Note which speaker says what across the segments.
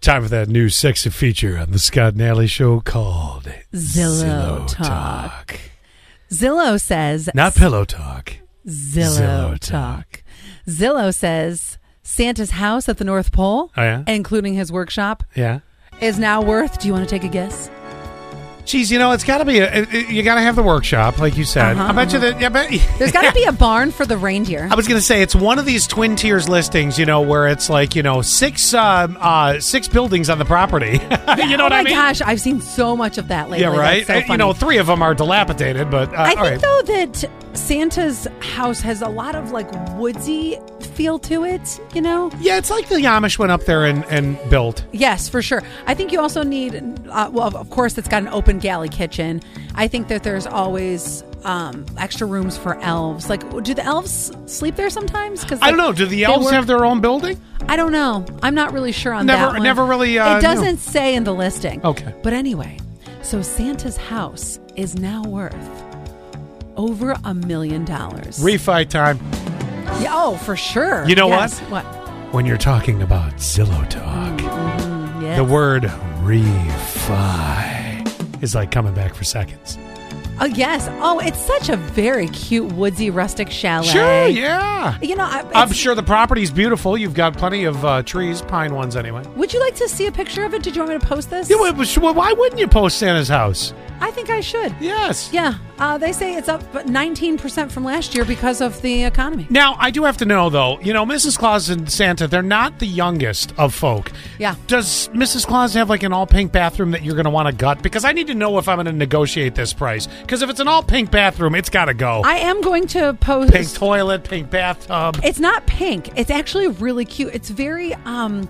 Speaker 1: Time for that new sexy feature on the Scott Nally Show called
Speaker 2: Zillow, talk. Zillow says
Speaker 1: Not pillow talk.
Speaker 2: Zillow,
Speaker 1: Zillow
Speaker 2: talk. Zillow says Santa's house at the North Pole,
Speaker 1: Oh, yeah?
Speaker 2: including his workshop,
Speaker 1: Yeah.
Speaker 2: is now worth. Do you want to take a guess?
Speaker 1: Geez, you know it's got to be a, it- it- you got to have the workshop, like you said. I bet you that. I bet
Speaker 2: Uh-huh. There's got to be a barn for the reindeer.
Speaker 1: I was gonna say it's one of these twin tiers listings, you know, where it's like you know six um, uh, six buildings on the property. you know
Speaker 2: oh
Speaker 1: what
Speaker 2: my
Speaker 1: I mean?
Speaker 2: gosh, I've seen so much of that lately.
Speaker 1: Yeah,
Speaker 2: That's
Speaker 1: right.
Speaker 2: so
Speaker 1: Uh, you know,
Speaker 2: funny.
Speaker 1: three of them are dilapidated, but uh,
Speaker 2: I
Speaker 1: all right.
Speaker 2: think though that Santa's house has a lot of like woodsy feel to it. You know,
Speaker 1: yeah, it's like the Amish went up there and, and built.
Speaker 2: Yes, for sure. I think you also need, uh, well, of- of course, it's got an open galley kitchen. I think that there's always um, extra rooms for elves. Like, do the elves sleep there sometimes? Because
Speaker 1: I don't know. Do the elves have their own building?
Speaker 2: I don't know. I'm not really sure on
Speaker 1: Never-
Speaker 2: that. one.
Speaker 1: never really, uh,
Speaker 2: it doesn't say in the listing.
Speaker 1: Okay.
Speaker 2: But anyway, so Santa's house is now worth over a million dollars.
Speaker 1: Refi time.
Speaker 2: Yeah, oh, for sure.
Speaker 1: You know
Speaker 2: Yes.
Speaker 1: what?
Speaker 2: What?
Speaker 1: When you're talking about Zillow talk,
Speaker 2: Yes.
Speaker 1: the word refi is like coming back for seconds.
Speaker 2: Oh, yes. Oh, it's such a very cute woodsy rustic chalet.
Speaker 1: Sure. Yeah.
Speaker 2: You know, I, it's-
Speaker 1: I'm sure the property's beautiful. You've got plenty of uh, trees, pine ones anyway.
Speaker 2: Would you like to see a picture of it? Did you want me to post this?
Speaker 1: Yeah, well, well, why wouldn't you post Santa's house?
Speaker 2: I think I should.
Speaker 1: Yes.
Speaker 2: Yeah, uh, they say it's up 19% from last year because of the economy.
Speaker 1: Now, I do have to know, though, you know, Mrs. Claus and Santa, they're not the youngest of folk.
Speaker 2: Yeah.
Speaker 1: Does Mrs. Claus have like an all pink bathroom that you're going to want to gut? Because I need to know if I'm going to negotiate this price. Because if it's an all pink bathroom, it's got to go.
Speaker 2: I am going to post.
Speaker 1: pink toilet, pink bathtub.
Speaker 2: It's not pink. It's actually really cute. It's very um,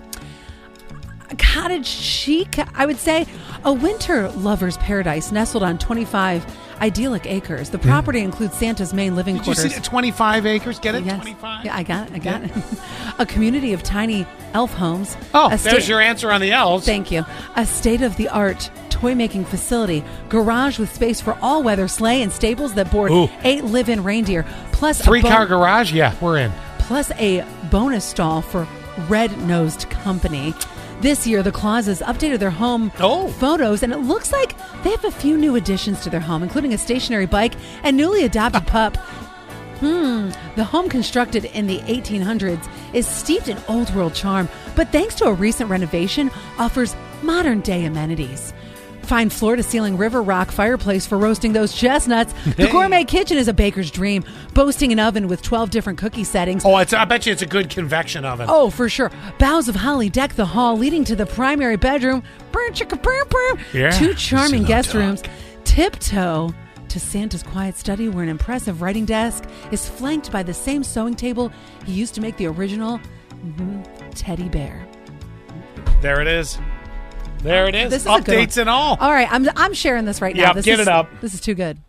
Speaker 2: cottage chic, I would say. A winter lover's paradise nestled on 25 idyllic acres. The property includes Santa's main living
Speaker 1: Did you
Speaker 2: quarters.
Speaker 1: see that 25 acres? Get it?
Speaker 2: Yes.
Speaker 1: 25?
Speaker 2: Yeah, I got it. I got it. a community of tiny elf homes.
Speaker 1: Oh,
Speaker 2: a
Speaker 1: there's
Speaker 2: sta-
Speaker 1: your answer on the elves.
Speaker 2: Thank you. A state of the art toy making facility, garage with space for all weather sleigh and stables that board
Speaker 1: Ooh.
Speaker 2: eight live in reindeer, plus
Speaker 1: Three
Speaker 2: a bon-
Speaker 1: car garage? Yeah, we're in.
Speaker 2: plus a bonus stall for red nosed company. This year, the Clauses updated their home
Speaker 1: Oh.
Speaker 2: photos, and it looks like they have a few new additions to their home, including a stationary bike and newly adopted pup. Hmm, The home constructed in the 1800s is steeped in old world charm, but thanks to a recent renovation, offers modern day amenities. Find floor to ceiling river rock fireplace for roasting those chestnuts. The gourmet kitchen is a baker's dream, boasting an oven with 12 different cookie settings.
Speaker 1: Oh, it's, I bet you it's a good convection oven.
Speaker 2: Oh, for sure. Boughs of holly deck the hall, leading to the primary bedroom. Brr, chicka, brr, brr.
Speaker 1: Yeah,
Speaker 2: Two charming
Speaker 1: slow
Speaker 2: guest
Speaker 1: talk.
Speaker 2: rooms. Tiptoe to Santa's quiet study, where an impressive writing desk is flanked by the same sewing table he used to make the original mhm, teddy bear.
Speaker 1: There it is. There it is.
Speaker 2: This is a good
Speaker 1: Updates
Speaker 2: one. Oh,
Speaker 1: and all.
Speaker 2: All right, I'm I'm sharing this right now.
Speaker 1: Yep,
Speaker 2: This
Speaker 1: get it
Speaker 2: is-
Speaker 1: up.
Speaker 2: This is too good.